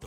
The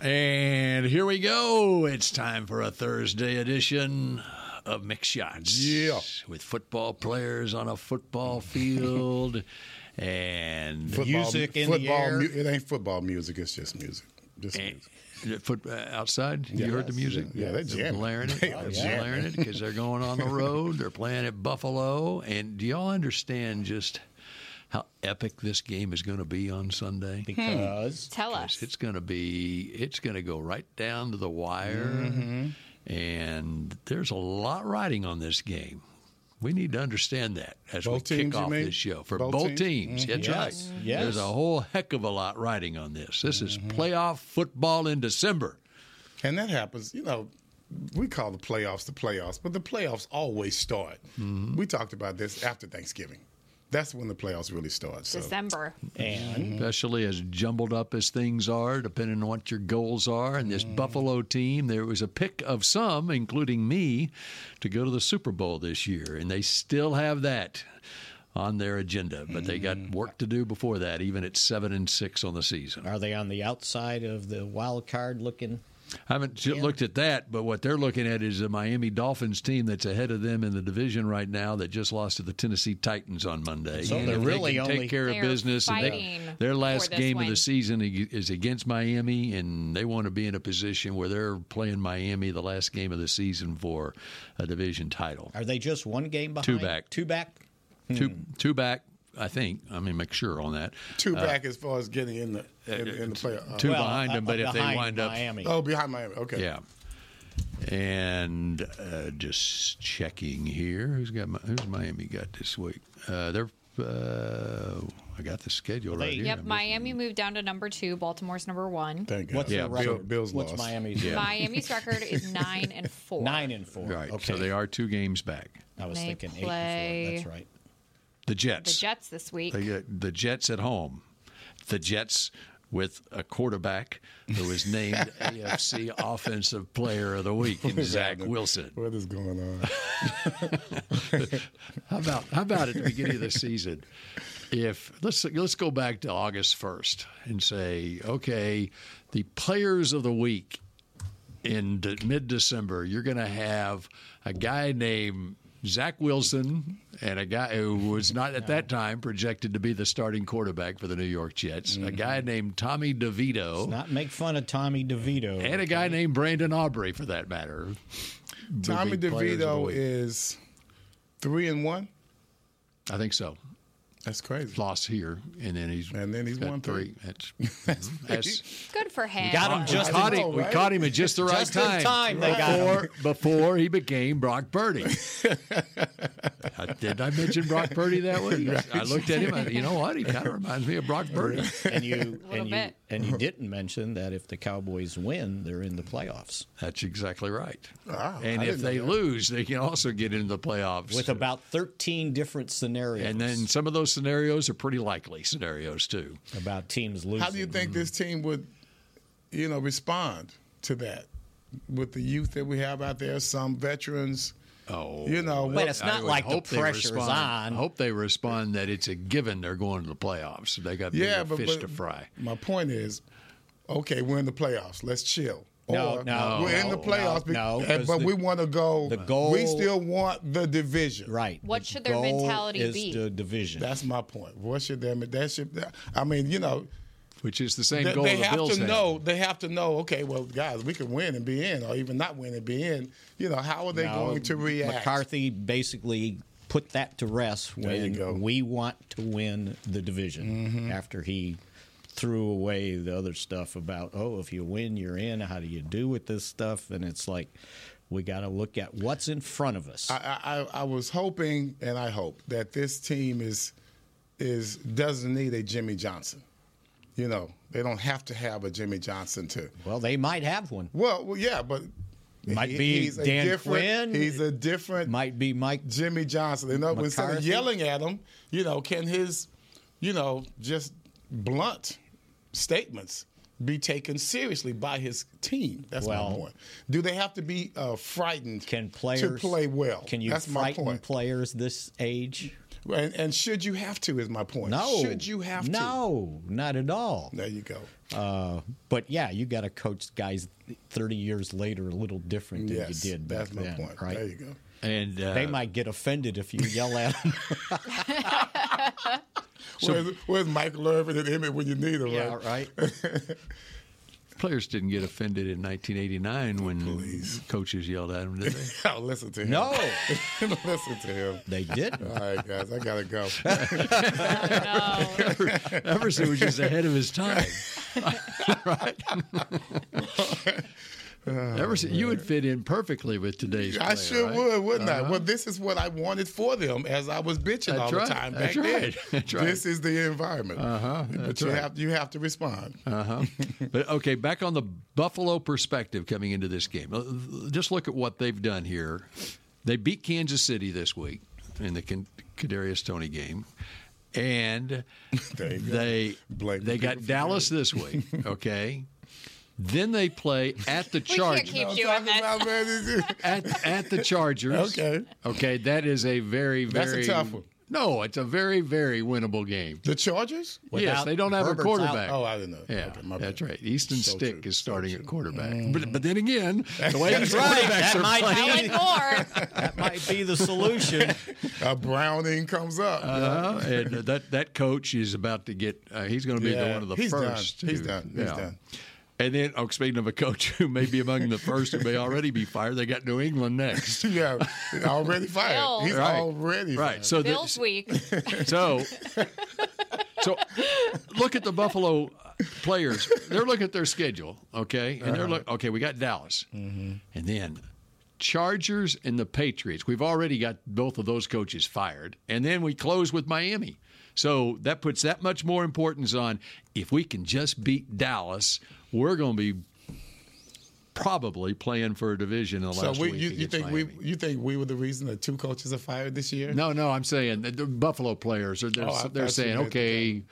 And here we go. It's time for a Thursday edition of Mix Shots. Yeah. With football players on a football field and football, music in the football, air. mu- it ain't football music. It's just music. Just music. foot, uh, outside. You heard the music? Yeah, they're They're jamming. blaring it. They They're are jamming. blaring it because they're going on the road. They're playing at Buffalo. And do y'all understand just how epic this game is going to be on Sunday? Because Tell Yes, us. It's going to be. It's going to go right down to the wire, Mm-hmm. and there's a lot riding on this game. We need to understand that as Both we teams, kick you off mean? this show for both, Both teams? teams. Mm-hmm. That's Yes, right. yes. There's a whole heck of a lot riding on this. This Mm-hmm. is playoff football in December. and that happens. You know, we call the playoffs the playoffs, but the playoffs always start. Mm-hmm. We talked about this after Thanksgiving. That's when the playoffs really start. So December. and especially as jumbled up as things are, depending on what your goals are. And this Buffalo team, there was a pick of some, including me, to go to the Super Bowl this year, and they still have that on their agenda. But they got work to do before that, even at seven and six on the season. are they on the outside of the wild card looking? I haven't j- looked at that, but what they're looking at is the Miami Dolphins team that's ahead of them in the division right now that just lost to the Tennessee Titans on Monday. So And they're if really they can only- take care of They're business. and fighting their for last this game of one. the season ag- is against Miami, and they want to be in a position where they're playing Miami the last game of the season for a division title. Are they just one game behind? Two back. Two back. Two Hmm. two back, I think. I mean, make sure on that. two Uh, back as far as getting in the in, in the playoff. Two Well, behind uh, them, but if they behind wind up Miami. oh, behind Miami. Okay. Yeah. And uh, just checking here, who's got my, who's Miami got this week? Uh, they're uh, I got the schedule right They- here. Yep, I'm Miami moved down to number two. Baltimore's number one. Thank God. What's Yeah, their record? Bill- Bills What's lost. Miami's Yeah. Miami's record is nine and four. Nine and four. just- right. Okay. So they are two games back. I was They thinking play- eight and four. That's right. The The Jets. Jets this week. They get the Jets at home. The Jets with a quarterback who was named AFC Offensive Player of the Week, and Zach Wilson. What is going on? How about how about at the beginning of the season? If let's let's go back to August first and say, okay, the players of the week in de- mid-December, you're going to have a guy named Zach Wilson and a guy who was not at that time projected to be the starting quarterback for the New York Jets, Mm-hmm. a guy named Tommy DeVito, Not make fun of Tommy DeVito. and a guy named Brandon Aubrey, for that matter. would Tommy be players of the DeVito week. is three and one. I think so. That's crazy. lost here, and then he's And then he's got won three. That's, mm-hmm. that's- Good for him. got him just we caught in- him. We right? caught him at just the right Just in time. time they got him. before, before he became Brock Purdy. Uh, Did I mention Brock Purdy that way? I looked at him. I, you know what? He kind of reminds me of Brock Purdy. and you and you bit. and you didn't mention that if the Cowboys win, they're in the playoffs That's exactly right. Wow, and I if didn't know they that. lose, they can also get into the playoffs. with about 13 different scenarios. and then some of those scenarios are pretty likely scenarios too. about teams losing. How do you think this team would, you know, respond to that with the youth that we have out there? Some veterans. Oh, You know, But it's I not would like the hope they pressure's respond- I on. hope they respond that it's a given they're going to the playoffs. They got bigger yeah, but, fish but to fry. My point is, okay, we're in the playoffs. Let's chill. No, Or, no, we're in no, the playoffs, no, no, and- 'cause but the- we want to go. the goal- we still want the division. Right. What The should their goal mentality is be? The division. That's my point. What should them? That should. I mean, you know, Which is the same they, goal they the have Bills to had. know. They have to know. Okay, well, guys, we can win and be in, or even not win and be in. You know, how are they No, going to react? McCarthy basically put that to rest There you go. Mm-hmm. when we want to win the division after he threw away the other stuff about oh if you win you're in how do you do with this stuff and it's like we got to look at what's in front of us I, I, I was hoping, and I hope that this team is is doesn't need a Jimmy Johnson. You know, they don't have to have a Jimmy Johnson to. well they might have one Well, well yeah, but Might He- be he's a Dan different- Quinn. He's a different might be Mike. Jimmy Johnson. You know, when instead of McCarthy? yelling at him, you know, can his, you know, just blunt statements be taken seriously by his team? That's my Well- point. Do they have to be uh, frightened Can players to play well? Can you That's my frighten point. players this age? and, and should you have to? Is my point. No. Should you have to? No, not at all. There you go. Uh, but yeah, you got to coach guys 30 years later a little different than yes, you did back that's my then, point. right? There you go. And uh, They might get offended if you yell at them. where's, where's Michael Irvin and Emmett when you need them? yeah, right? right. players didn't get offended in 1989 when coaches yelled at them, did they? I'll listen to him. No, listen to him. they didn't. All right, guys, I gotta go. No. Everson was just ahead of his time. right? Everson, you would fit in perfectly with today's. I player, sure right? Uh-huh. would, wouldn't I? Well, this is what I wanted for them, as I was bitching all That's right. the time back That's right. then. That's right. This is the environment. Uh-huh. But you have you have to respond. Uh-huh. But okay, back on the Buffalo perspective coming into this game. Uh, Just look at what they've done here. They beat Kansas City this week in the Con- Kadarius Tony game, and There you go. they Blame the they people got for Dallas this week. Okay, then they play at the We can't Chargers. keep I'm doing talking this. about, man, at, at the Chargers. Okay. Okay, that is a very, very That's a tough one. No, it's a very, very winnable game. the Chargers? yes, Without they don't have Herbert's a out. quarterback. Oh, I didn't know. yeah, Okay, my that's bad. right. Easton So Stick true, is so starting true. at quarterback. But, but then again, the way these right. quarterbacks That are might playing, Alan Moore. That might be the solution. Uh, Browning comes up. Uh, and that that coach is about to get. Uh, he's going to be the Yeah, one of the he's done. first. He's to- done. He's done. And then, oh, speaking of a coach who may be among the first who may already be fired, they got New England next. yeah, already fired. Bill. He's Right. already Right. Fired. So the, Bill's week. So, so look at the Buffalo players. They're looking at their schedule, okay, and Uh-huh. they're look. Okay, we got Dallas, Mm-hmm. and then Chargers and the Patriots. We've already got both of those coaches fired, and then we close with Miami. So that puts that much more importance on if we can just beat Dallas, we're going to be probably playing for a division in the So last we, week. you, you against think Miami. we you think we were the reason that two coaches are fired this year? No, no, I'm saying that the Buffalo players are they're, Oh, I- they're I see saying, that. okay,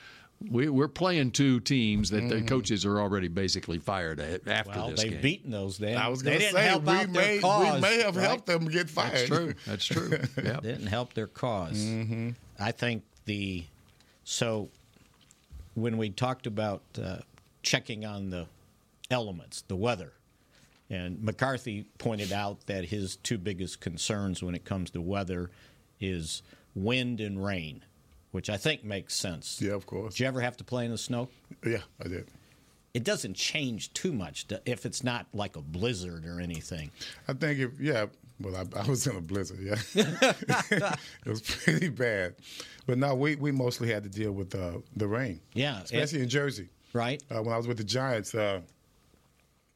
we, we're playing two teams that Mm-hmm. the coaches are already basically fired at after Well, this they've game. beaten those. Then I was they going to didn't say help we out their may cause. we may have right? helped them get fired. That's true. That's true. Yeah. didn't help their because Mm-hmm. I think the so when we talked about uh, checking on the elements, the weather, and McCarthy pointed out that his two biggest concerns when it comes to weather is wind and rain, which I think makes sense. Yeah, of course. Did you ever have to play in the snow? Yeah, I did. It doesn't change too much to- if it's not like a blizzard or anything. I think if yeah, well, I, I was in a blizzard. Yeah, it was pretty bad. But no, we we mostly had to deal with uh, the rain. Yeah, especially it- in Jersey. Right? Uh, when I was with the Giants, uh,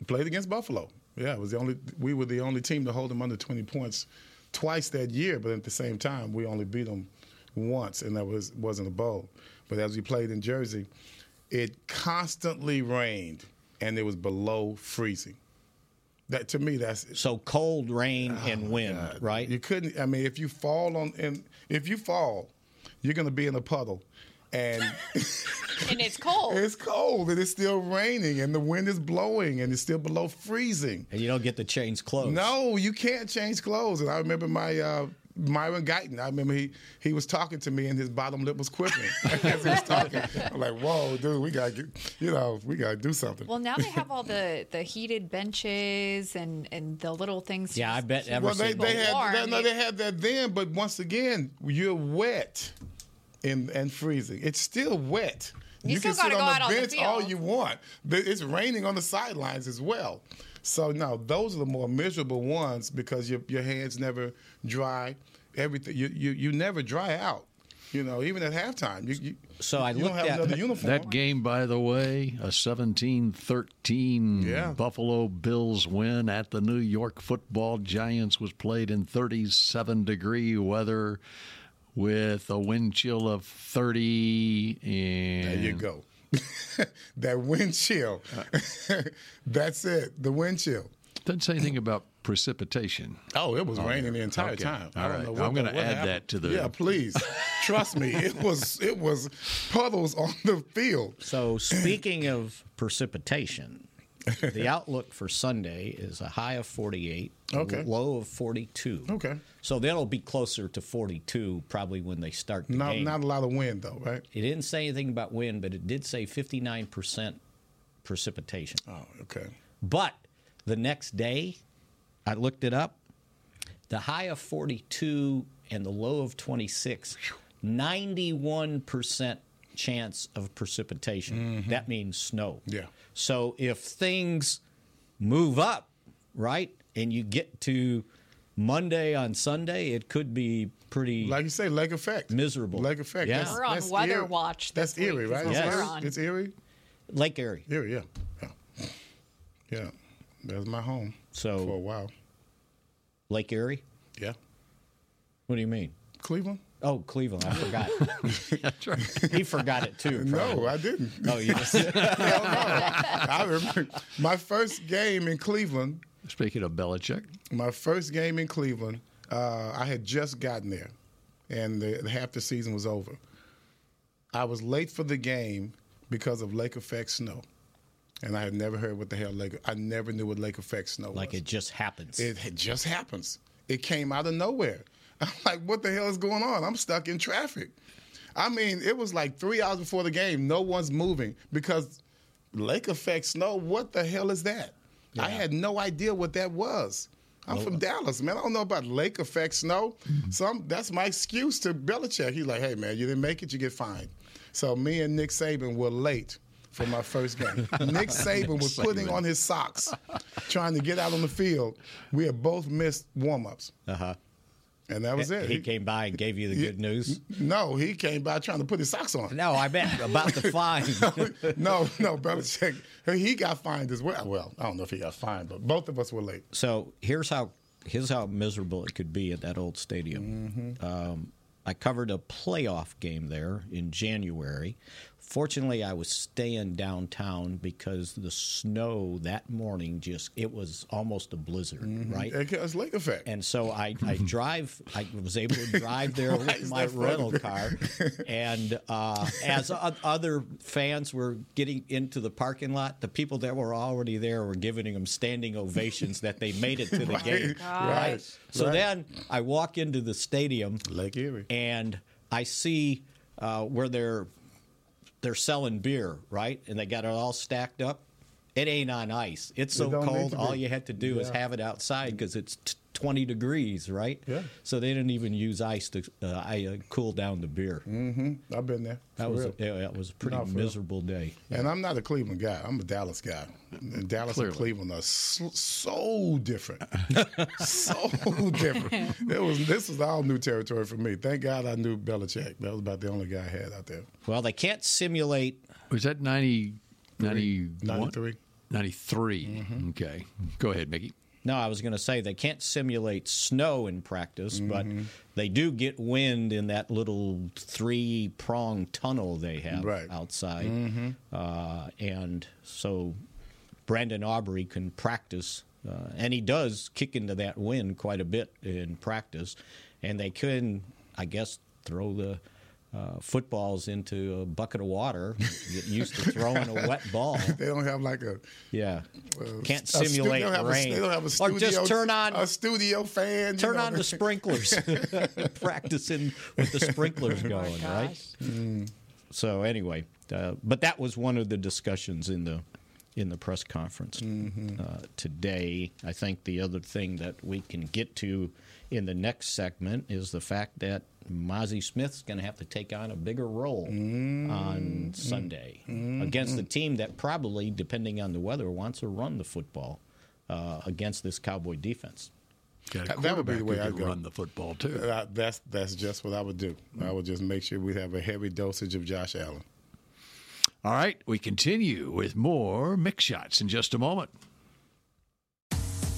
played against Buffalo. Yeah, it was the only we were the only team to hold them under twenty points twice that year. But at the same time, we only beat them once, and that was wasn't a bowl. But as we played in Jersey, it constantly rained, and it was below freezing. That to me, that's So cold, rain, and wind, right? Oh, you couldn't. I mean, if you fall on, and if you fall, you're gonna be in a puddle, and And it's cold. it's cold, and it's still raining, and the wind is blowing, and it's still below freezing. and you don't get to change clothes. No, you can't change clothes. And I remember my uh, Myron Guyton. I remember he he was talking to me, and his bottom lip was quivering as he was talking. I'm like, whoa, dude, we gotta get, you know, we gotta do something. Well, now they have all the, the heated benches and, and the little things. to Yeah, I just bet keep ever Well, they, since- they had warm. that, no, they had that then, but once again, you're wet and and freezing. It's still wet. You can still sit gotta on go the out on the bench all field. you want. But It's raining on the sidelines as well. So no, those are the more miserable ones because your your hands never dry. Everything you you, you never dry out. You know, even at halftime, you, you So I you looked don't have at- another uniform. That game, by the way, a 17 13 Yeah. Buffalo Bills win at the New York football Giants was played in 37 degree weather with a wind chill of 30. And There you go. Uh. that wind chill. That's it. The wind chill. Doesn't say anything about precipitation. Oh, it was raining the entire Okay. time. All I don't right. know what I'm the- gonna what add happened. that to the- Yeah, please. Trust me, it was it was puddles on the field. So, speaking of precipitation, the outlook for Sunday is a high of 48, a Okay. low of 42. Okay. So that'll be closer to 42 probably when they start the Not game. not a lot of wind though, right? it didn't say anything about wind, but it did say 59% precipitation. Oh, okay. But the next day, I looked it up. The high of 42 and the low of 26, 91% chance of precipitation. That means snow. Mm-hmm. Yeah. So if things move up, right, and you get to Monday on Sunday, it could be pretty. Like you say, leg effect. Miserable. Leg effect. Yeah. That's- We're on that's weather eerie. watch this That's eerie, week, right? is what It's we're eerie? on. It's eerie? Lake Erie. Eerie, yeah. Yeah. Yeah. That's my home. So- for a while. Lake Erie? Yeah. What do you mean? Cleveland? Oh, Cleveland. I forgot. That's right. he forgot it too. No, probably. I didn't. Oh, you just- Hell no. I remember my first game in Cleveland. Speaking of Belichick, My first game in Cleveland. Uh, I had just gotten there, and the, half the season was over. I was late for the game because of lake effect snow, and I had never heard what the hell lake. I never knew what lake effect snow was. like it just happens. It had- just happens. It came out of nowhere. I'm like, what the hell is going on? I'm stuck in traffic. I mean, it was like three hours before the game. No one's moving because lake effect snow. What the hell is that? I had no idea what that was. I'm from Dallas, man. I don't know about lake effect snow. So I'm, that's my excuse to Belichick. He's like, hey, man, you didn't make it, you get fined. So me and Nick Saban were late for my first game. Nick Saban was putting on his socks, trying to get out on the field. We had both missed warm ups. Uh huh. And that was it. Uh-huh. He came by and gave you the good news. No, he came by trying to put his socks on. No, I bet about the fine. no, no, Belichick. He got fined as well. Well, I don't know if he got fined, but both of us were late. so here's how here's how miserable it could be at that old stadium. Um, I covered a playoff game there in January. Fortunately, I was staying downtown because the snow that morning just it was almost a blizzard, right? It's lake effect. and so I, I drive. I was able to drive there with is my that funny? rental car, and uh, as o- other fans were getting into the parking lot, the people that were already there were giving them standing ovations that they made it to the game. right. So then I walk into the stadium, Lake Erie. and I see uh, where they're they're selling beer, right? And they got it all stacked up. It ain't on ice. It's so It don't need cold. to be. All you had to do is have it outside because it's t- 20 degrees, right? Yeah. So they didn't even use ice to uh, I, uh, cool down the beer. I've been there. That Mm, for was a, real. yeah, that was a pretty No, for real. miserable day. And I'm not a Cleveland guy. I'm a Dallas guy. And Dallas Clearly. and Cleveland are so, so different, so different. It was this was all new territory for me. Thank God I knew Belichick. That was about the only guy I had out there. Well, they can't simulate. was that 90, 91? 93. 93. Okay. Go ahead, Mickey. No, I was going to say they can't simulate snow in practice, but they do get wind in that little three prong tunnel they have Right. outside. Uh, and so Brandon Aubrey can practice, uh, and he does kick into that wind quite a bit in practice. And they can, I guess, throw the. Uh, footballs into a bucket of water. Get used to throwing a wet ball. They don't have like a Yeah, can't a stu- simulate they don't have rain. A, they don't have a or studio, just turn on a studio fan. you turn know. on the sprinklers. Practicing with the sprinklers going, right? So anyway, uh, but that was one of the discussions in the in the press conference uh, today. I think the other thing that we can get to in the next segment is the fact that Mozzie Smith's going to have to take on a bigger role on Sunday against the team that probably, depending on the weather, wants to run the football uh, against this Cowboy defense. Got a That- that would be the quarterback who way can I'd go. run the football too. Uh, that's that's just what I would do. I would just make sure we have a heavy dosage of Josh Allen. All right, we continue with more mix shots in just a moment.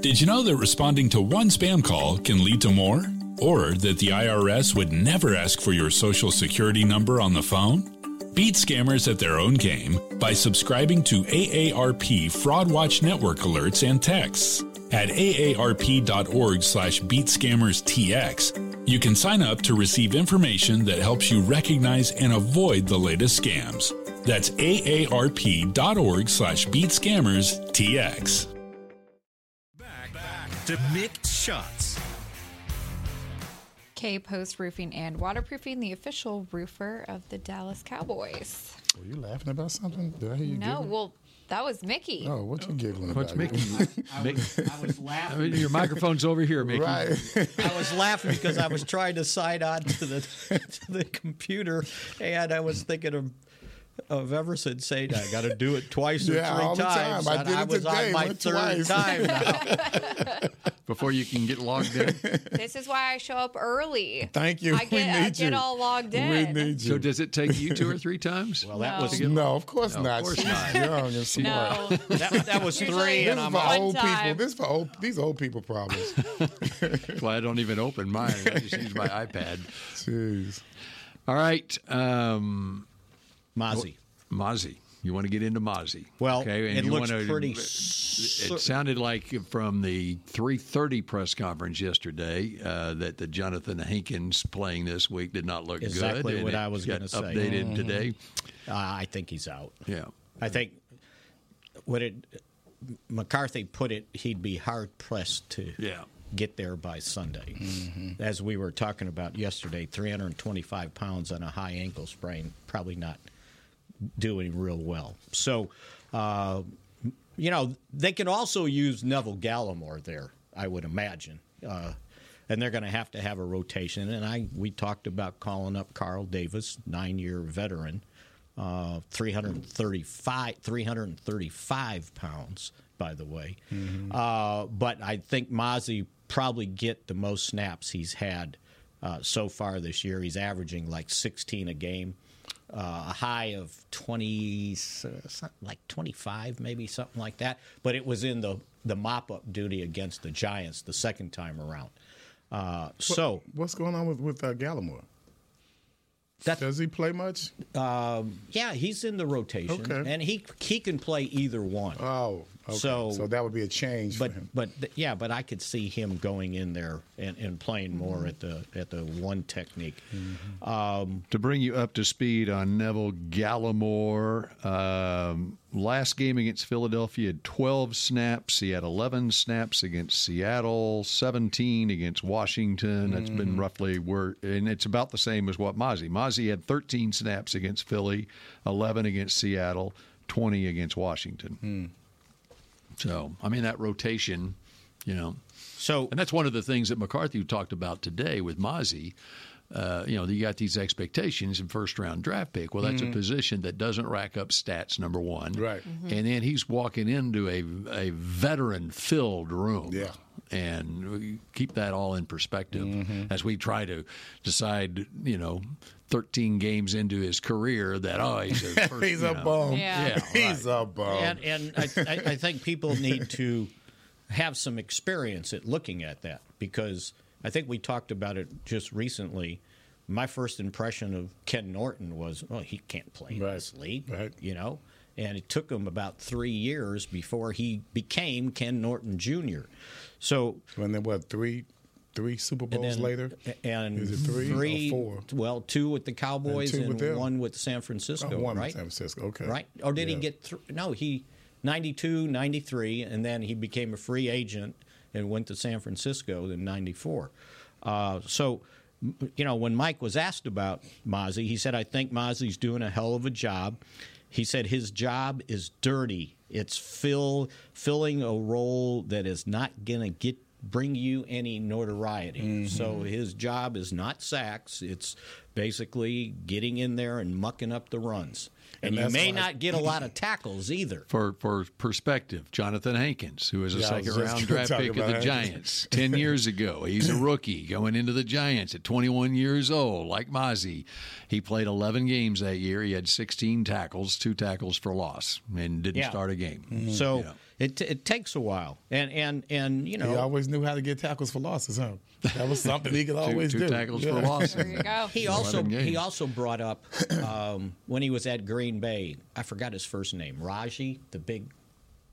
Did you know that responding to one spam call can lead to more? Or that the IRS would never ask for your social security number on the phone? Beat scammers at their own game by subscribing to AARP Fraud Watch Network alerts and texts. At aarp.org slash beatscammerstx, you can sign up to receive information that helps you recognize and avoid the latest scams. That's aarp.org slash beatscammerstx. to mixed shots. K Post Roofing and Waterproofing, the official roofer of the Dallas Cowboys. Were you laughing about something? Did I hear you? No, giggling? well, that was Mickey. Oh, what you giggling about? What's Mickey? Mick- I was I laughing. mean, your microphone's over here, Mickey. Right. I was laughing because I was trying to sign on to the to the computer, and I was thinking of of Everson saying, "I got to do it twice or Yeah, three all the times." time. I and did I it was today, on my went third twice. time now. Before you can get logged in. This is why I show up early. Thank you. I get, we need I get you. all logged in. We need you. So does it take you two or three times? Well, that was no, of course No, of not. course She's not. young and smart. No. that, that was Usually- three, This and is I'm for One old people. time. This is for old. These old people problems. Why I don't even open mine. I just use my iPad. Jeez. All right, um, Mozzie. Mozzie. You want to get into Mozzie? Well, it you looks wanna- pretty. It sounded like from the 3:30 press conference yesterday uh, that the Jonathan Hankins playing this week did not look good. Exactly and what it I was got gonna say. Mm-hmm. Updated today. Uh, I think he's out. Yeah. I think what it McCarthy put it, he'd be hard pressed to Yeah. get there by Sunday. As we were talking about yesterday, 325 pounds on a high ankle sprain, probably not doing real well. So, uh, you know, they can also use Neville Gallimore there, I would imagine. Uh, and they're going to have to have a rotation. And I we talked about calling up Carl Davis, nine year veteran, uh, 335, 335 pounds, by the way. Uh, but I think Mozzie probably get the most snaps he's had uh, so far this year. He's averaging like 16 a game uh, a high of 20, so- something like 25, maybe something like that. But it was in the, the mop up duty against the Giants the second time around. Uh, so What's going on with with uh, Gallimore? That- Does he play much? yeah, he's in the rotation, Okay. and he he can play either one. Oh, okay. So- so that would be a change but for him. but th- yeah, but I could see him going in there and, and playing more at the at the one technique. To bring you up to speed on Neville Gallimore, um, last game against Philadelphia, he had 12 snaps. He had 11 snaps against Seattle, 17 against Washington. That's been roughly where, and it's about the same as what Mozzie. Mozzie had 13 snaps against Philly, 11 against Seattle, 20 against Washington. So, I mean, that rotation, you know. So And that's one of the things that McCarthy talked about today with Mozzie. Uh, you know, you got these expectations in first round draft pick. Well, that's a position that doesn't rack up stats, number one. Mm-hmm. Right. And then he's walking into a, a veteran filled room. Yeah. And we keep that all in perspective Mm-hmm. as we try to decide, you know, 13 games into his career that, oh, he's a first, he's you a know. bum. Yeah. um, Yeah, He's a bum. and and I, I, I think people need to have some experience at looking at that because I think we talked about it just recently. My first impression of Ken Norton was, well, he can't play in this league, right. you know. And it took him about three years before he became Ken Norton Jr. So, and then what? Three, three Super Bowls later? and Is it three or four? Well, two with the Cowboys two and, with them. one with San Francisco. Oh, one with right? San Francisco, okay. Right? Or did he Yeah. get thr No, he 92, 93, and then he became a free agent and went to San Francisco in 94. Uh, so, m- you know, when Mike was asked about Mozzie, he said, I think Mozzie's doing a hell of a job. He said his job is dirty. It's fill filling a role that is not going to get bring you any notoriety. Mm-hmm. So his job is not sacks. It's basically getting in there and mucking up the runs. And, And you that's may why- not get a lot of tackles either. For for perspective, Jonathan Hankins, who is a Yeah, I was second just round gonna draft talk pick of the about Hankins. Giants ten years ago, he's a rookie going into the Giants at 21 years old, like Mozzie. He played 11 games that year. He had 16 tackles, two tackles for loss, and didn't Yeah. start a game. Mm-hmm. So Yeah. it, it takes a while. And and and you he know always knew how to get tackles for losses, huh? That was something he could Two- always two do. tackles for Yeah. losses. There you go. He also he also brought up um, when he was at Green Bay. I forgot his first name. Raji, the big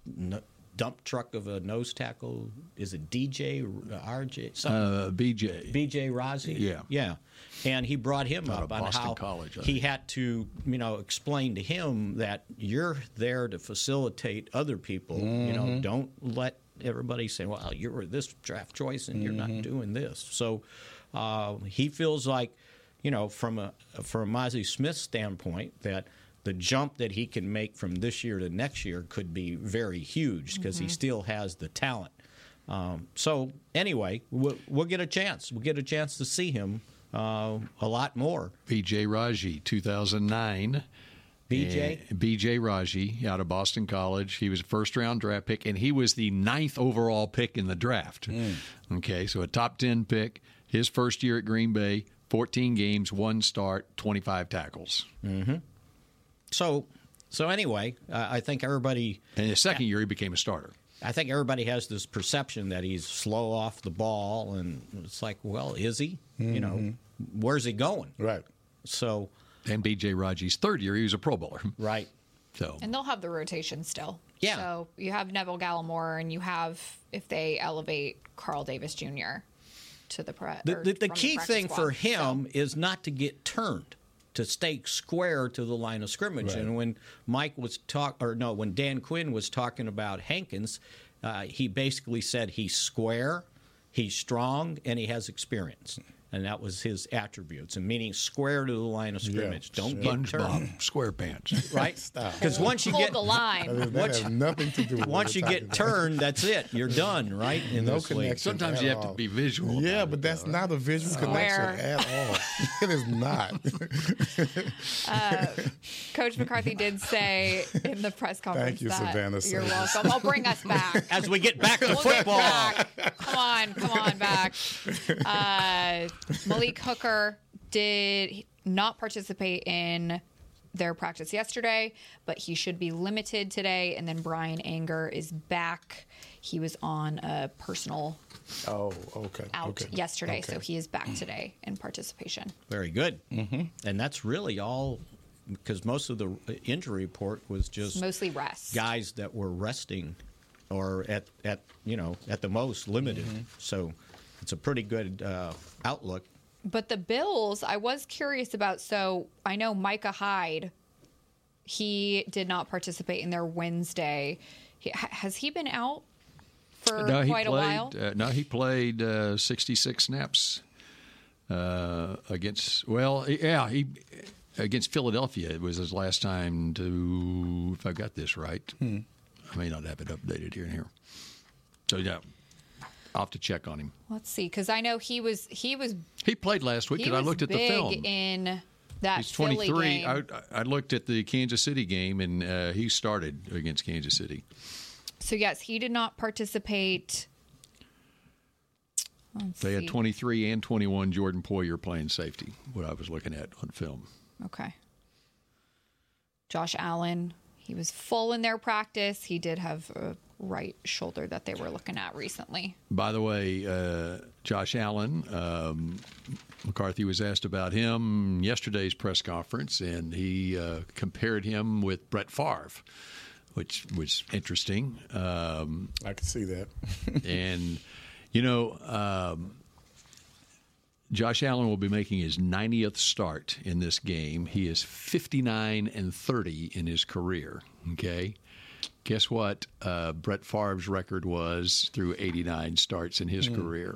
n- dump truck of a nose tackle. Is it DJ uh, RJ? Uh, BJ. BJ Raji. Yeah. yeah. And he brought him Out up of on Boston how College, I he think. had to, you know, explain to him that you're there to facilitate other people. You know, Mhm. don't let everybody say, "Well, you were this draft choice and you're not Mm-hmm. doing this." So uh, he feels like, you know, from a from Mozzie Smith's standpoint, that the jump that he can make from this year to next year could be very huge because he Mhm. still has the talent. Um, so anyway, we'll, we'll get a chance. We'll get a chance to see him uh, a lot more. BJ Raji, 2009. BJ? And BJ Eh, Raji out of Boston College. He was a first round draft pick, and he was the ninth overall pick in the draft. Okay, so a top 10 pick. His first year at Green Bay, 14 games, one start, 25 tackles. Mm-hmm. So, so anyway, uh, I think everybody. And his second year, he became a starter. I think everybody has this perception that he's slow off the ball, and it's like, well, is he? You know, Mhm. where's he going? Right. So. And BJ Raji's third year, he was a Pro Bowler. Right. So. And they'll have the rotation still. Yeah. So you have Neville Gallimore, and you have if they elevate Carl Davis Jr. to the pre. The, or the, the from key practice thing squad. for him is not to get turned, to stay square to the line of scrimmage. Right. And when Mike was talk, or no, when Dan Quinn was talking about Hankins, uh, he basically said he's square, he's strong, and he has experience. And that was his attributes, and meaning square to the line of scrimmage. Don't get turned, SpongeBob SquarePants. right? Because once you Hold get the line. That is- that once has nothing to do with what once we're you talking get about. turned, that's it. You're done, right? In no this league. connection. at all. Yeah, but that's not a visual Oh. connection Where- at all. it is not. Uh, Coach McCarthy did say in the press conference. Thank you, that- Savannah You're Sanders. welcome. I'll bring us back. As we get back to We'll get football. back. Come on, come on back. Uh, Malik Hooker did not participate in their practice yesterday, but he should be limited today. And then Brian Anger is back. He was on a personal oh, okay. out okay. yesterday, Okay. so he is back today in participation. Very good. Mm-hmm. And that's really all because most of the injury report was just Mostly rest. guys that were resting or at, at you know at the most limited. So it's a pretty good uh, outlook. But the Bills, I was curious about. So I know Micah Hyde, he did not participate in their Wednesday. He, ha- has he been out for no, he quite a played, while? Uh, no, he played uh, 66 snaps uh, against. Well, yeah, he against Philadelphia. It was his last time to, if I got this right. I may not have it updated here and here. So yeah, I'll have to check on him. Let's see, because I know he was he was He played last week he because I was looked at the big film. in that He's Philly 23. game. I, I looked at the Kansas City game and uh, he started against Kansas City. so yes, he did not participate. Let's They see. had 23 and 21 Jordan Poyer playing safety, what I was looking at on film. Okay. Josh Allen, he was full in their practice. He did have a right shoulder that they were looking at recently. By the way, uh, Josh Allen, um, McCarthy was asked about him yesterday's press conference, and he uh, compared him with Brett Favre, which was interesting. Um, I can see that. and, you know, um, Josh Allen will be making his 90th start in this game. He is 59 and 30 in his career. Okay. Guess what? Uh, Brett Favre's record was through 89 starts in his career.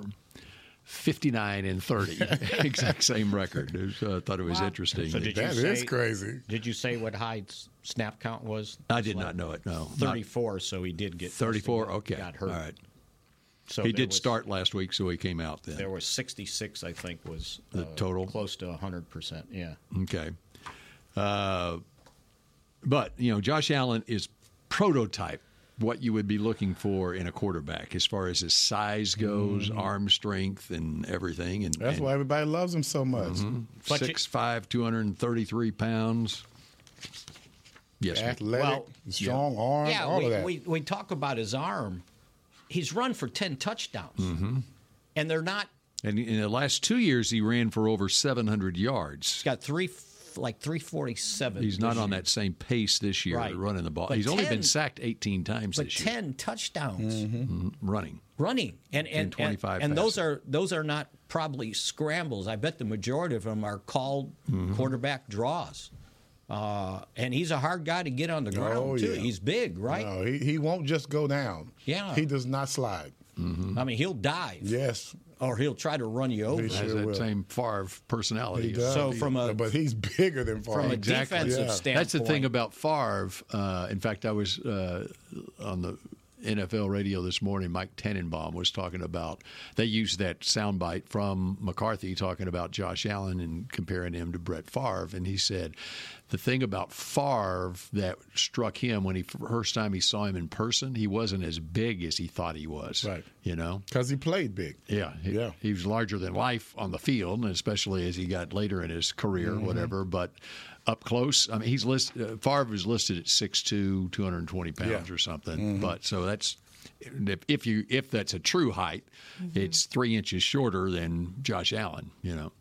59 and 30, exact same record. It was, uh, I thought it was interesting. So did you That say, is crazy. Did you say what Hyde's snap count was? I did not know it. No, Not- 34, so he did get 34. got- Okay, Got hurt. All right. So he there did was- start last week, so he came out then. There was 66, I think, was uh, The total? close to 100%. Yeah. Okay. Uh, but, you know, Josh Allen is prototype what you would be looking for in a quarterback as far as his size goes, arm strength, and everything. And, Mm-hmm. That's and why everybody loves him so much. Mm-hmm. But you- 6'5, 233 pounds. Yes. sir. Athletic, Well, strong arms, yeah, all we, of that. We, we talk about his arm. He's run for 10 touchdowns. Mm-hmm. And they're not, And in the last two years, he ran for over 700 he's yards. got three, f- like 347. He's not this on year. that same pace this year Right. running the ball. But He's only 10 been sacked 18 times But this year 10 touchdowns. Mm-hmm. running. running and and, and, 25 and those passes. are those are not probably scrambles i bet the majority of them are called Mm-hmm. quarterback draws uh, and he's a hard guy to get on the ground Oh, too yeah. he's big right No, he, he won't just go down. Yeah. He does not slide. i mean he'll dive Yes. or he'll try to run you over He Has sure that will. same Favre personality. He does. So from a- but he's bigger than Favre. from a Exactly. defensive Yeah. standpoint That's the thing about Favre. Uh, in fact, I was uh, on the NFL radio this morning. Mike Tannenbaum was talking about they used that soundbite from McCarthy talking about Josh Allen and comparing him to Brett Favre, and he said the thing about Favre that struck him when he first time he saw him in person, he wasn't as big as he thought he was. Right. You know. Because he played big. Yeah, he, Yeah. he was larger than life on the field, and especially as he got later in his career, Mm-hmm. or whatever. But up close, I mean, he's listed. Uh, Favre was listed at 6'2", 220 pounds Yeah. Mm-hmm. or something. But so that's if, if you if that's a true height, Mm-hmm. it's three inches shorter than Josh Allen. You know,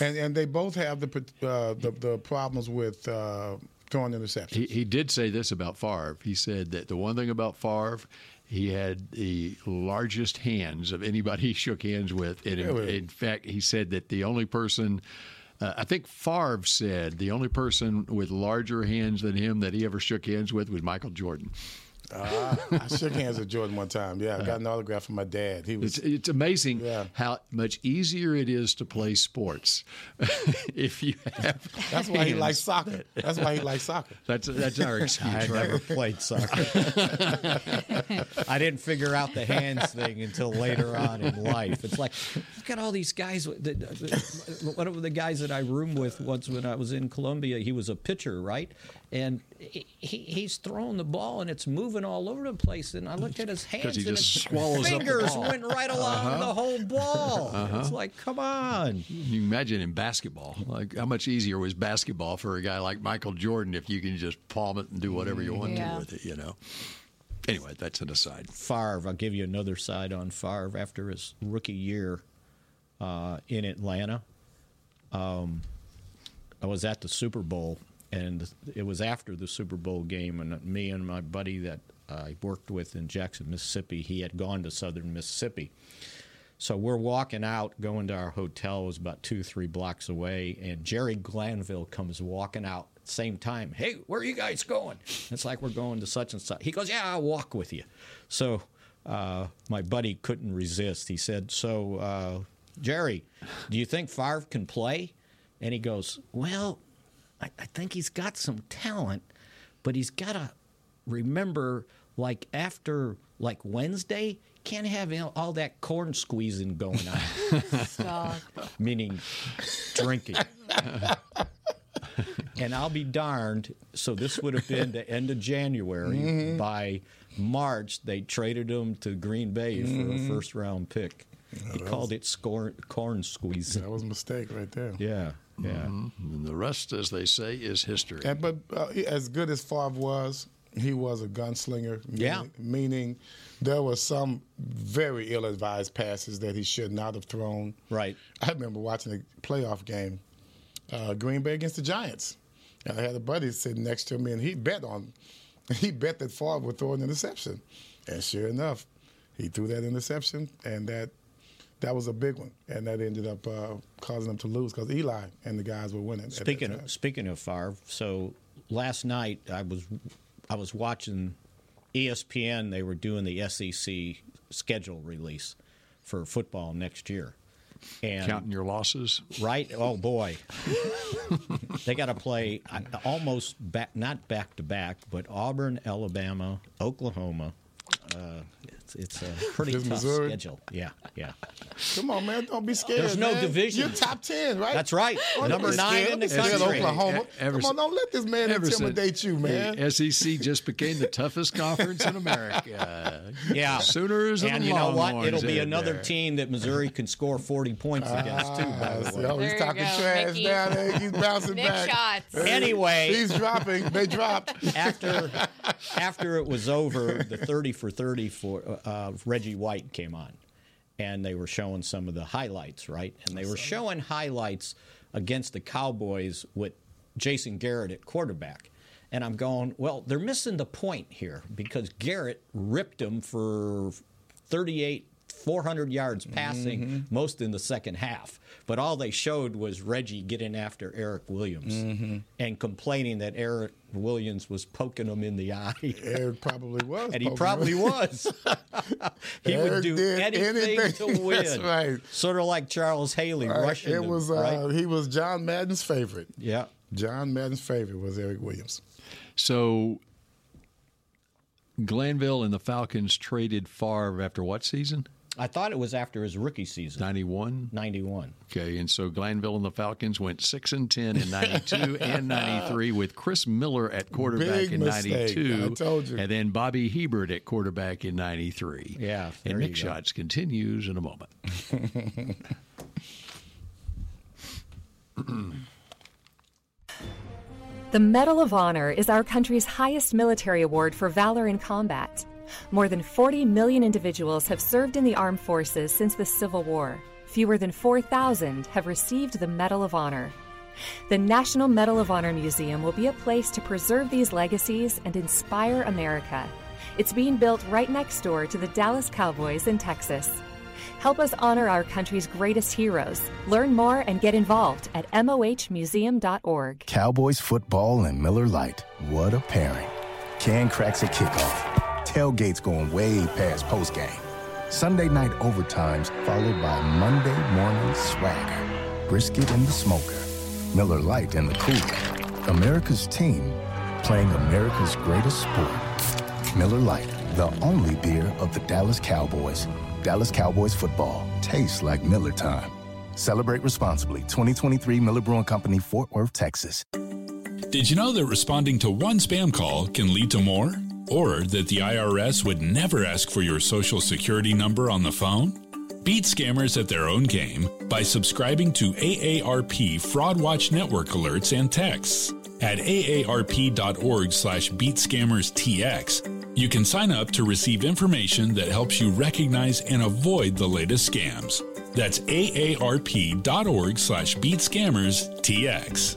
And and they both have the pot- uh, the, the problems with uh, throwing interceptions. he he did say this about Favre. He said that the one thing about Favre. He had the largest hands of anybody he shook hands with, and in, Really? in fact, he said that the only person, uh, I think Favre said, the only person with larger hands than him that he ever shook hands with was Michael Jordan. I shook hands with Jordan one time. Yeah, I got an autograph from my dad. He was It's, it's amazing Yeah. how much easier it is to play sports if you have. That's why he hands. likes soccer. That's why he likes soccer. That's that's our I excuse, right? never played soccer. I didn't figure out the hands thing until later on in life. It's like, look at all these guys. with- the- the- One of the guys that I roomed with once when I was in Colombia, he was a pitcher, right? And he, he- he's throwing the ball and it's moving all over the place. And I looked at his hands he and just his swallows up the fingers ball. Uh-huh. went right along the whole ball. It's like, come on. You imagine in basketball, like how much easier was basketball for a guy like Michael Jordan if you can just palm it and do whatever you want Yeah. to with it, you know. Anyway, that's an aside. Favre. I'll give you another side on Favre after his rookie year uh, in Atlanta. Um, I was at the Super Bowl, and it was after the Super Bowl game, and me and my buddy that I worked with in Jackson, Mississippi, he had gone to Southern Mississippi. So we're walking out, going to our hotel. It was about two, three blocks away, and Jerry Glanville comes walking out at the same time. Hey, where are you guys going? It's like we're going to such and such. He goes, Yeah, I'll walk with you. So uh, my buddy couldn't resist. He said, So uh, Jerry, do you think Favre can play? And he goes, Well, I, I think he's got some talent, but he's got to remember, like after like Wednesday, can't have all- all that corn squeezing going on, Stop. meaning drinking. and I'll be darned. So this would have been the end of January. By March, they traded him to Green Bay for a first round pick. He called it scorn, corn squeezing. That was a mistake right there. Yeah, yeah. Mm-hmm. And the rest, as they say, is history. And, but uh, as good as Favre was, he was a gunslinger. Yeah. meaning- Meaning there were some very ill advised passes that he should not have thrown. Right. I remember watching a playoff game, uh, Green Bay against the Giants. And I had a buddy sitting next to me, and he bet on, he bet that Favre would throw an interception. And sure enough, he threw that interception, and that that was a big one. And that ended up uh, causing them to lose because Eli and the guys were winning. at that Speaking time. of, speaking of Favre, so last night I was I was watching E ESPN. They were doing the SEC schedule release for football next year. And Counting your losses, right? Oh boy, they got to play uh, almost back, not back to back, but Auburn, Alabama, Oklahoma. Uh, it's, it's a pretty Does tough Missouri- schedule. Yeah, yeah. Come on, man. Don't be scared. There's no man. division. You're top 10, right? That's right. Oh, Number don't be nine scared. in the Don't be scared, country. Oklahoma. E- Come ever on, since- don't let this man ever since intimidate you, man. The SEC just became the toughest conference in America. Yeah. Sooners and, and the you know what? Longhorns It'll be in another there. team that Missouri can score 40 points against, too, by Ah, the see, way. oh, he's There you talking go, trash Mickey. down there. He's bouncing Big back. shots. Hey, Anyway. He's dropping. They dropped. after after it was over, the thirty for thirty for uh, Reggie White came on, and they were showing some of the highlights, right? And they were showing highlights against the Cowboys with Jason Garrett at quarterback. And I'm going, well, they're missing the point here because Garrett ripped him for 38, 400 yards passing, most in the second half. But all they showed was Reggie getting after Eric Williams and complaining that Eric Williams was poking him in the eye. Eric probably was. And he Pokemon. probably was. he would Eric do did anything, to anything. win. That's right. Sort of like Charles Haley Uh, rushing It him, was. right? Uh, He was John Madden's favorite. Yeah. John Madden's favorite was Eric Williams. So Glanville and the Falcons traded Favre after what season? I thought it was after his rookie season, 91. 91. Okay, and so Glanville and the Falcons went 6 and 10 in 92 and 93 with Chris Miller at quarterback Big in mistake. 92. I told you. And then Bobby Hebert at quarterback in 93. Yeah, And there you Nick go. Shots continues in a moment. The Medal of Honor is our country's highest military award for valor in combat. More than 40 million individuals have served in the armed forces since the Civil War. Fewer than 4,000 have received the Medal of Honor. The National Medal of Honor Museum will be a place to preserve these legacies and inspire America. It's being built right next door to the Dallas Cowboys in Texas. Help us honor our country's greatest heroes. Learn more and get involved at mohmuseum.org. Cowboys football and Miller Lite. What a pairing. Can cracks at kickoff. Tailgates going way past postgame. Sunday night overtimes followed by Monday morning swagger. Brisket in the smoker. Miller Lite in the cooler. America's team playing America's greatest sport. Miller Lite, the only beer of the Dallas Cowboys. Dallas Cowboys football tastes like Miller time. Celebrate responsibly. 2023 Miller Brewing Company, Fort Worth, Texas. Did you know that responding to one spam call can lead to more? Or that the IRS would never ask for your social security number on the phone? Beat scammers at their own game by subscribing to AARP Fraud Watch Network alerts and texts. At aarp.org slash beatscammerstx, you can sign up to receive information that helps you recognize and avoid the latest scams. That's aarp.org slash beatscammerstx.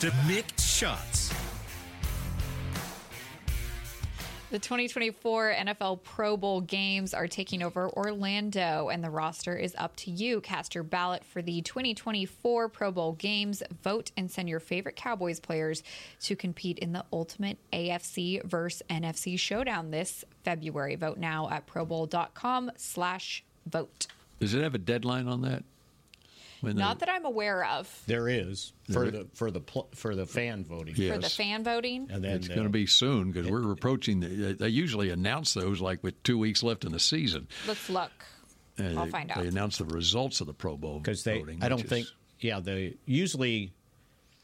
to mixed shots. The 2024 NFL Pro Bowl games are taking over Orlando, and the roster is up to you. Cast your ballot for the 2024 Pro Bowl games. Vote and send your favorite Cowboys players to compete in the ultimate AFC versus NFC showdown this February. Vote now at probowl.com/slash vote. Does it have a deadline on that? mean, Not that I'm aware of There is for Yeah. the for the pl- for the fan voting. for the fan voting. And then it's the- going to be soon because we're approaching. The, they- they usually announce those like with two weeks left in the season. Let's look. And I'll they, find They out. announce the results of the Pro Bowl because they. voting. I which don't is- think. Yeah, they usually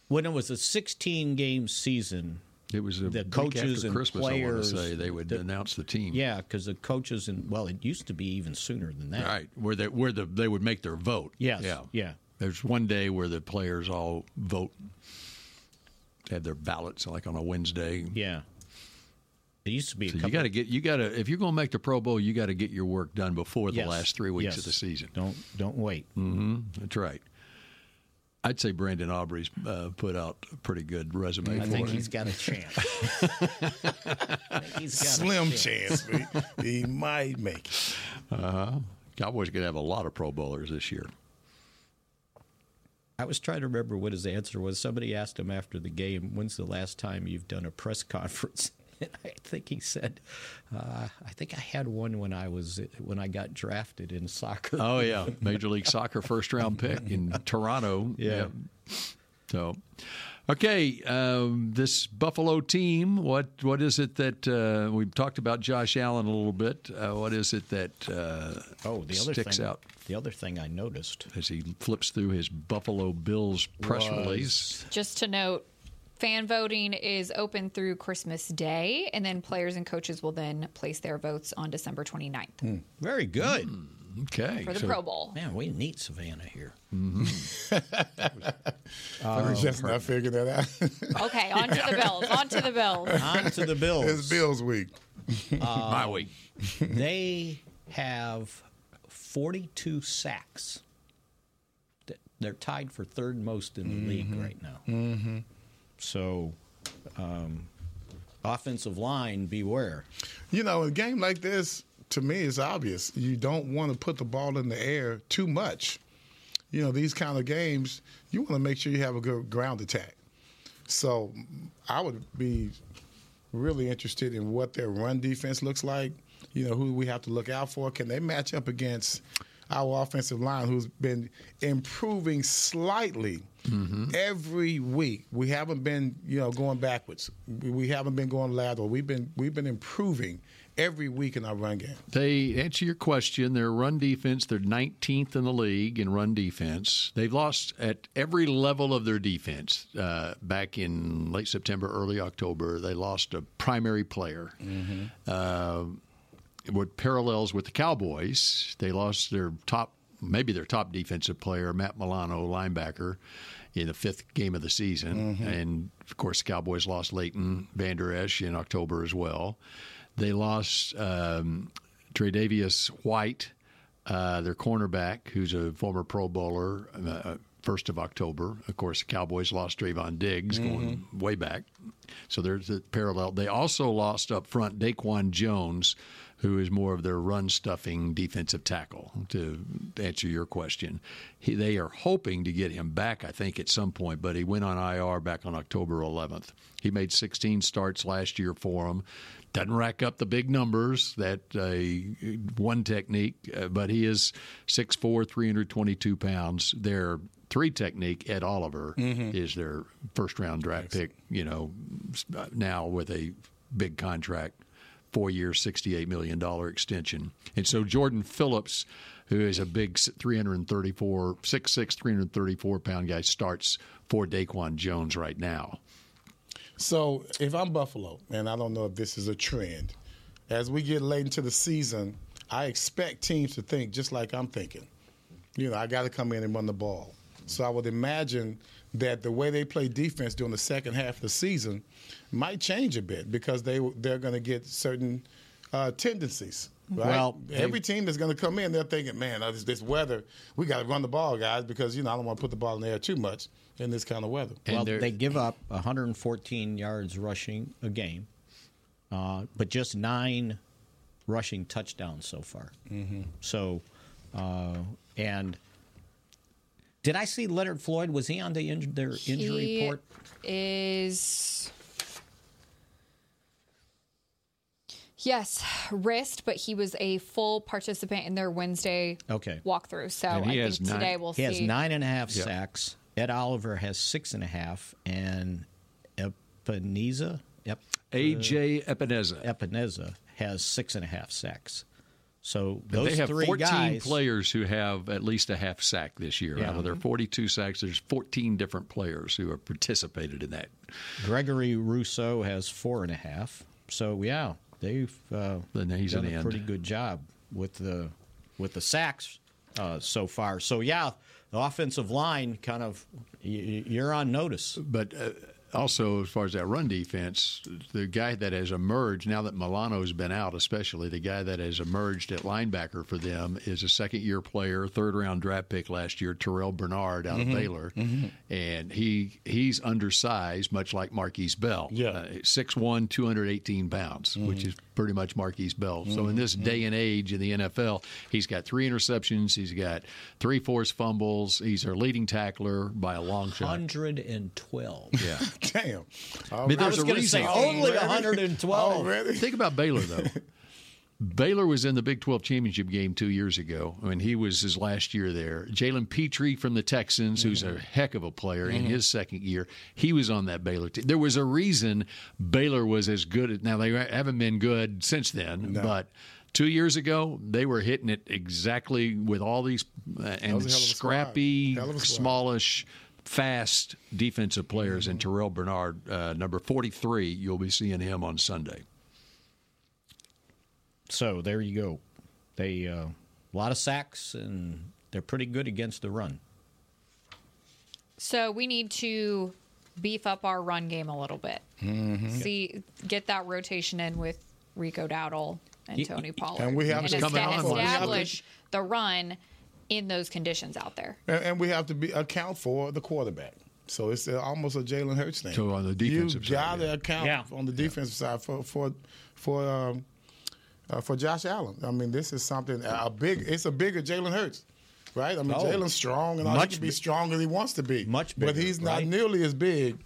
when it was a 16 game season. It was a the week coaches after and Christmas, I want to players. say they would announce the team. Yeah, because the coaches and well, it used to be even sooner than that. Right, where they where the they would make their vote. Yes, Yeah. yeah. There's one day where the players all vote, have their ballots like on a Wednesday. Yeah. It used to be. A So you couple- got to get you got to if you're going to make the Pro Bowl, you got to get your work done before the Yes, last three weeks yes. of the season. Don't don't wait. hmm That's right. I'd say Brandon Aubrey's uh, put out a pretty good resume. I for think it. he's got a chance. He's got a Slim chance. but he, he might make it. Uh-huh. Cowboys going to have a lot of Pro Bowlers this year. I was trying to remember what his answer was. Somebody asked him after the game, "When's the last time you've done a press conference?" And I think he said, uh, "I think I had one when I was when I got drafted in soccer." Oh yeah, Major League Soccer first round pick in Toronto. Yeah. So, okay, um, this Buffalo team. What what is it that uh, we've talked about Josh Allen a little bit? Uh, what is it that uh, oh the other sticks thing, out The other thing I noticed as he flips through his Buffalo Bills press Was- release? Just to note, fan voting is open through Christmas Day, and then players and coaches will then place their votes on December 29th Hmm. very good Hmm. Okay, for the Pro Bowl. Man, we need Savannah here. Hmm. I was just not figuring that out. Okay, on to the Bills. On to the Bills. On to the Bills. It's Bills week. My week. they have 42 sacks. Th- They're tied for third most in the league right now. Mm-hmm. So, um, offensive line, beware. You know, in a game like this, to me, it's obvious. You don't want to put the ball in the air too much. You know, these kind of games, you want to make sure you have a good ground attack. So I would be really interested in what their run defense looks like. You know, who we have to look out for. Can they match up against our offensive line, who's been improving slightly every week? We haven't been, you know, going backwards. We, we haven't been going lateral. We've been we've been improving every week in our run game. They answer your question. Their run defense, they're 19th in the league in run defense. They've lost at every level of their defense. Uh, back in late September, early October, they lost a primary player. Uh, what parallels with the Cowboys, they lost their top, maybe their top defensive player, Matt Milano, linebacker, in the fifth game of the season. And of course, the Cowboys lost Leighton Vander Esch in October as well. They lost um, Tre'Davious White, uh, their cornerback, who's a former Pro Bowler, uh, first of October. Of course, the Cowboys lost Trayvon Diggs going way back. So there's a parallel. They also lost up front Daquan Jones, who is more of their run stuffing defensive tackle, to answer your question. He, they are hoping to get him back, I think, at some point, but he went on IR back on October 11th. He made 16 starts last year for him. Doesn't rack up the big numbers, that uh, one technique, uh, but he is 6'4, 322 pounds. Their three technique, Ed Oliver, is their first round draft pick, you know, s- now with a big contract four year, $68 million extension. And so Jordan Phillips, who is a big 334, 6'6, 334 pound guy, starts for Daquan Jones right now. So if I'm Buffalo, and I don't know if this is a trend, as we get late into the season, I expect teams to think just like I'm thinking. You know, I got to come in and run the ball. So I would imagine that the way they play defense during the second half of the season might change a bit because they they're going to get certain uh, tendencies. Right? Well, every team that's going to come in, they're thinking, man, this, this weather, we got to run the ball, guys, because you know I don't want to put the ball in the air too much in this kind of weather. well, they give up 114 yards rushing a game, uh, but just nine rushing touchdowns so far. Mm-hmm. So, uh, and did I see Leonard Floyd? Was he on the inj- their injury He report? is Yes, wrist, but he was a full participant in their Wednesday Okay. walkthrough. So I think today we'll he has see. nine and a half Yeah. sacks. Ed Oliver has six and a half, and Epineza, Ep, AJ Epineza, Epineza has six and a half sacks. So But those they have three 14 guys, players who have at least a half sack this year. Yeah. Mm-hmm. Out of their 42 sacks, there's 14 different players who have participated in that. Gregory Rousseau has four and a half. So yeah, they've uh, he's done an a end. pretty good job with the with the sacks uh, so far. So yeah, the offensive line kind of y- you're on notice. But uh, also, as far as that run defense, the guy that has emerged now that Milano's been out, especially the guy that has emerged at linebacker for them is a second-year player, third-round draft pick last year, Terrell Bernard out Mhm. of Baylor, and he he's undersized, much like Marquise Bell. Yeah, uh, 6'1", 218 pounds, which is pretty much Marquise Bell. So in this day and age in the NFL, he's got three interceptions, he's got three forced fumbles, he's their leading tackler by a long shot. Hundred and twelve. Yeah. Damn. I mean, there's a reason. Oh, Think about Baylor though. Baylor was in the Big 12 championship game two years ago. I mean, he was his last year there. Jalen Petrie from the Texans, who's a heck of a player in Mm-hmm. Mhm. his second year, he was on that Baylor team. There was a reason Baylor was as good. At, now, they haven't been good since then, but two years ago, they were hitting it exactly with all these uh, hell of and a squad. scrappy, Hell of a squad. smallish, fast defensive players. Mm-hmm. And Terrell Bernard, uh, number 43, you'll be seeing him on Sunday. So there you go. They uh, a lot of sacks and they're pretty good against the run. so we need to beef up our run game a little bit. Mm-hmm. See, get that rotation in with Rico Dowdle and Y- Tony y- Pollard, and we have to esta- come out and- establish the run in those conditions out there. And, and we have to be account for the quarterback. So it's uh, almost a Jalen Hurts thing. So on the defensive you side, got to yeah. account Yeah. on the defensive side for for for um, uh, for Josh Allen. I mean, this is something a big. It's a bigger Jalen Hurts, right? I mean, Oh. Jalen's strong and all. he Much can be bi- strong as he wants to be. Much but bigger, he's not right? nearly as big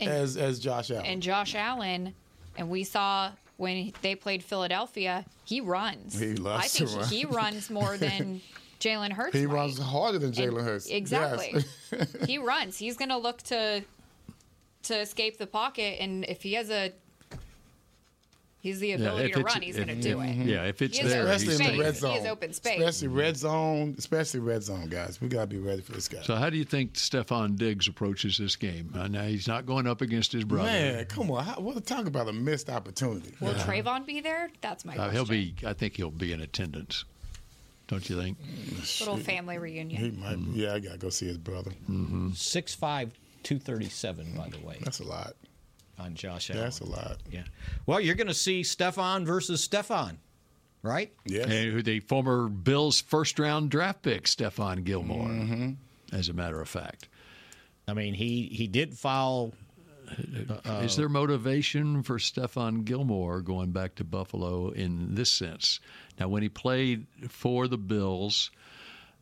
And- as as Josh Allen. And Josh Allen, and we saw when they played Philadelphia, he runs. He loves I think to run. he runs more than Jalen Hurts. he might. runs harder than And- Jalen Hurts. Yes. Exactly. he runs. He's going to look to to escape the pocket, and if he has a he's the ability to run, he's going to do it. Yeah, if it's He is there, open he's space. taking it. He is open space. Especially red zone, especially red zone guys. We gotta be ready for this guy. So, how do you think Stefan Diggs approaches this game? Uh, now he's not going up against his brother. Uh, Man, come on! How, what, talk about a missed opportunity. Will Trayvon be there? That's my Uh, question. he'll be. I think he'll be in attendance. Don't you think? little family reunion. He might. Yeah, I gotta go see his brother. Mm-hmm. Six five two thirty seven. By the way, that's a lot on Josh Allen. That's a lot. Yeah. Well, you're going to see Stefan versus Stefan, right? Yes. And who the former Bills first round draft pick, Stefan Gilmore, Mm-hmm. as a matter of fact. I mean, he, he did foul. Is there motivation for Stefan Gilmore going back to Buffalo in this sense? Now, when he played for the Bills,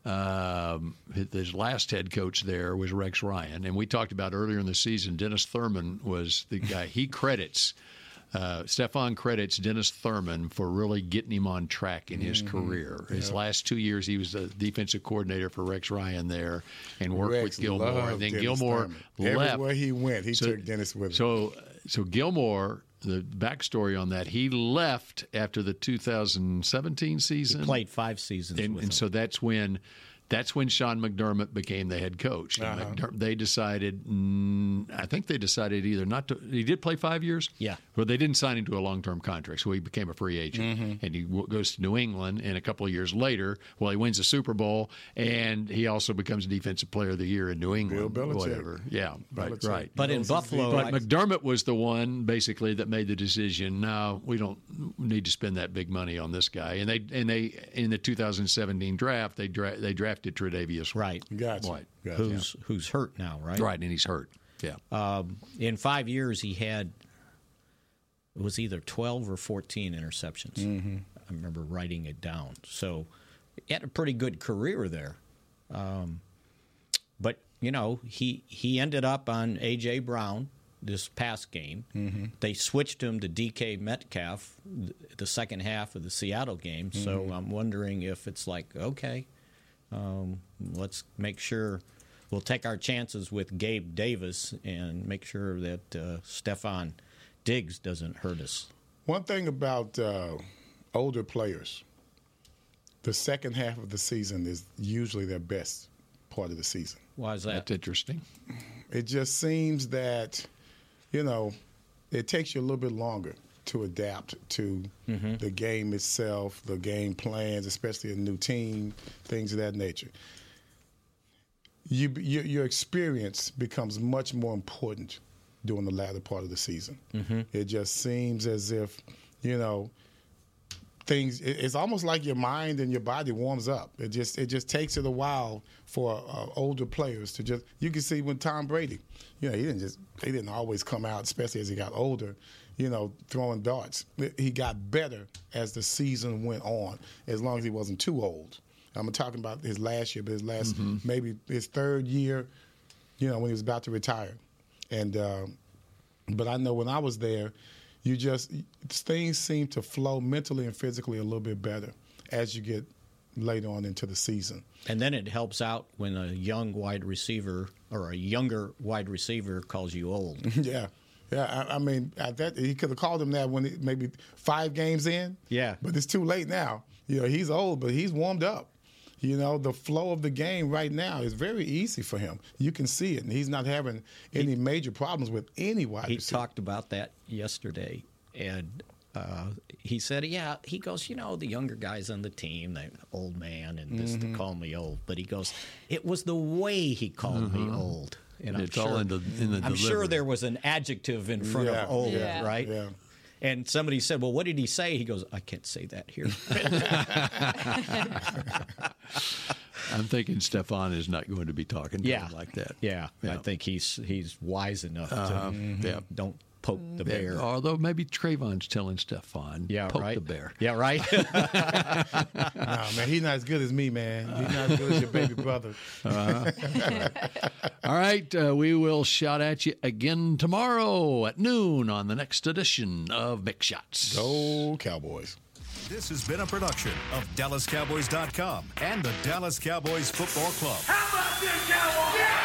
um, his last head coach there was Rex Ryan, and we talked about earlier in the season. Dennis Thurman was the guy he credits. Uh, Stefan credits Dennis Thurman for really getting him on track in his Mm-hmm. career. His last two years, he was the defensive coordinator for Rex Ryan there, and worked Rex with Gilmore. loved And then Dennis Gilmore Thurman. left. Everywhere he went, he So- took Dennis with him. So, uh, so Gilmore, the backstory on that, he left after the 2017 season. played five seasons, and, and so that's when. That's when Sean McDermott became the head coach. And Uh-huh. McDerm- they decided, mm, I think they decided either not to. He did play five years. Yeah. Well, they didn't sign him to a long-term contract, so he became a free agent, Mm-hmm. and he w- goes to New England. And a couple of years later, well, he wins the Super Bowl, and he also becomes Defensive Player of the Year in New England. Belichick. Whatever. Yeah. Right. Belichick. Right. But in Buffalo, But Oh, I- McDermott was the one basically that made the decision. No, we don't need to spend that big money on this guy. And they and they in the 2017 draft they dra- they drafted Tre'Davious Right. Gotcha. White, Gotcha. who's who's hurt now, right? right, and he's hurt. Yeah. Um, in five years, he had it was either twelve or fourteen interceptions. I remember writing it down. So he had a pretty good career there. Um, but you know, he he ended up on AJ Brown, this past game. They switched him to DK Metcalf th- the second half of the Seattle game. So Mhm. I'm wondering if it's like, okay, um, let's make sure we'll take our chances with Gabe Davis and make sure that uh, Stefan Diggs doesn't hurt us. One thing about uh, older players, the second half of the season is usually their best part of the season. Why is that? That's interesting. It just seems that, you know, it takes you a little bit longer to adapt to the game itself, the game plans, especially a new team, things of that nature. You, your, your experience becomes much more important during the latter part of the season. Mm-hmm. It just seems as if, you know, things. it- It's almost like your mind and your body warms up. It just it just takes it a while for uh, older players to just. You can see when Tom Brady, you know, he didn't just he didn't always come out, especially as he got older. You know, throwing darts. He got better as the season went on, as long as he wasn't too old. I'm talking about his last year, but his last maybe his third year, you know, when he was about to retire, and. um but I know when I was there, you just things seem to flow mentally and physically a little bit better as you get later on into the season. And then it helps out when a young wide receiver or a younger wide receiver calls you old. yeah, yeah. I, I mean, at that he could have called him that when it, maybe five games in. Yeah. but it's too late now. You know, he's old, but he's warmed up. You know, the flow of the game right now is very easy for him. You can see it, and he's not having any major problems with any wide He receiver. talked about that yesterday, and uh, he said, "Yeah." He goes, "You know, the younger guys on the team, the old man, and this to Mhm. call me old." But he goes, "It was the way he called me Mhm. old." And It's all in the- in the I'm sure delivery. there was an adjective in front Yeah. of old, Yeah. right? Yeah. And somebody said, "Well, what did he say?" He goes, "I can't say that here." I'm thinking Stefan is not going to be talking to Yeah. him like that. Yeah, I think he's he's wise enough Uh-huh. to Mm-hmm. Yeah. don't poke the Yeah, bear. Although maybe Trayvon's telling Stefan, yeah, poke right. the bear. Yeah, right. nah, man, he's not as good as me, man. He's not as good as your baby brother. All right, uh, we will shout at you again tomorrow at noon on the next edition of Mix Shots. Go Cowboys. This has been a production of DallasCowboys.com and the Dallas Cowboys Football Club. How about this, Cowboys? Yeah!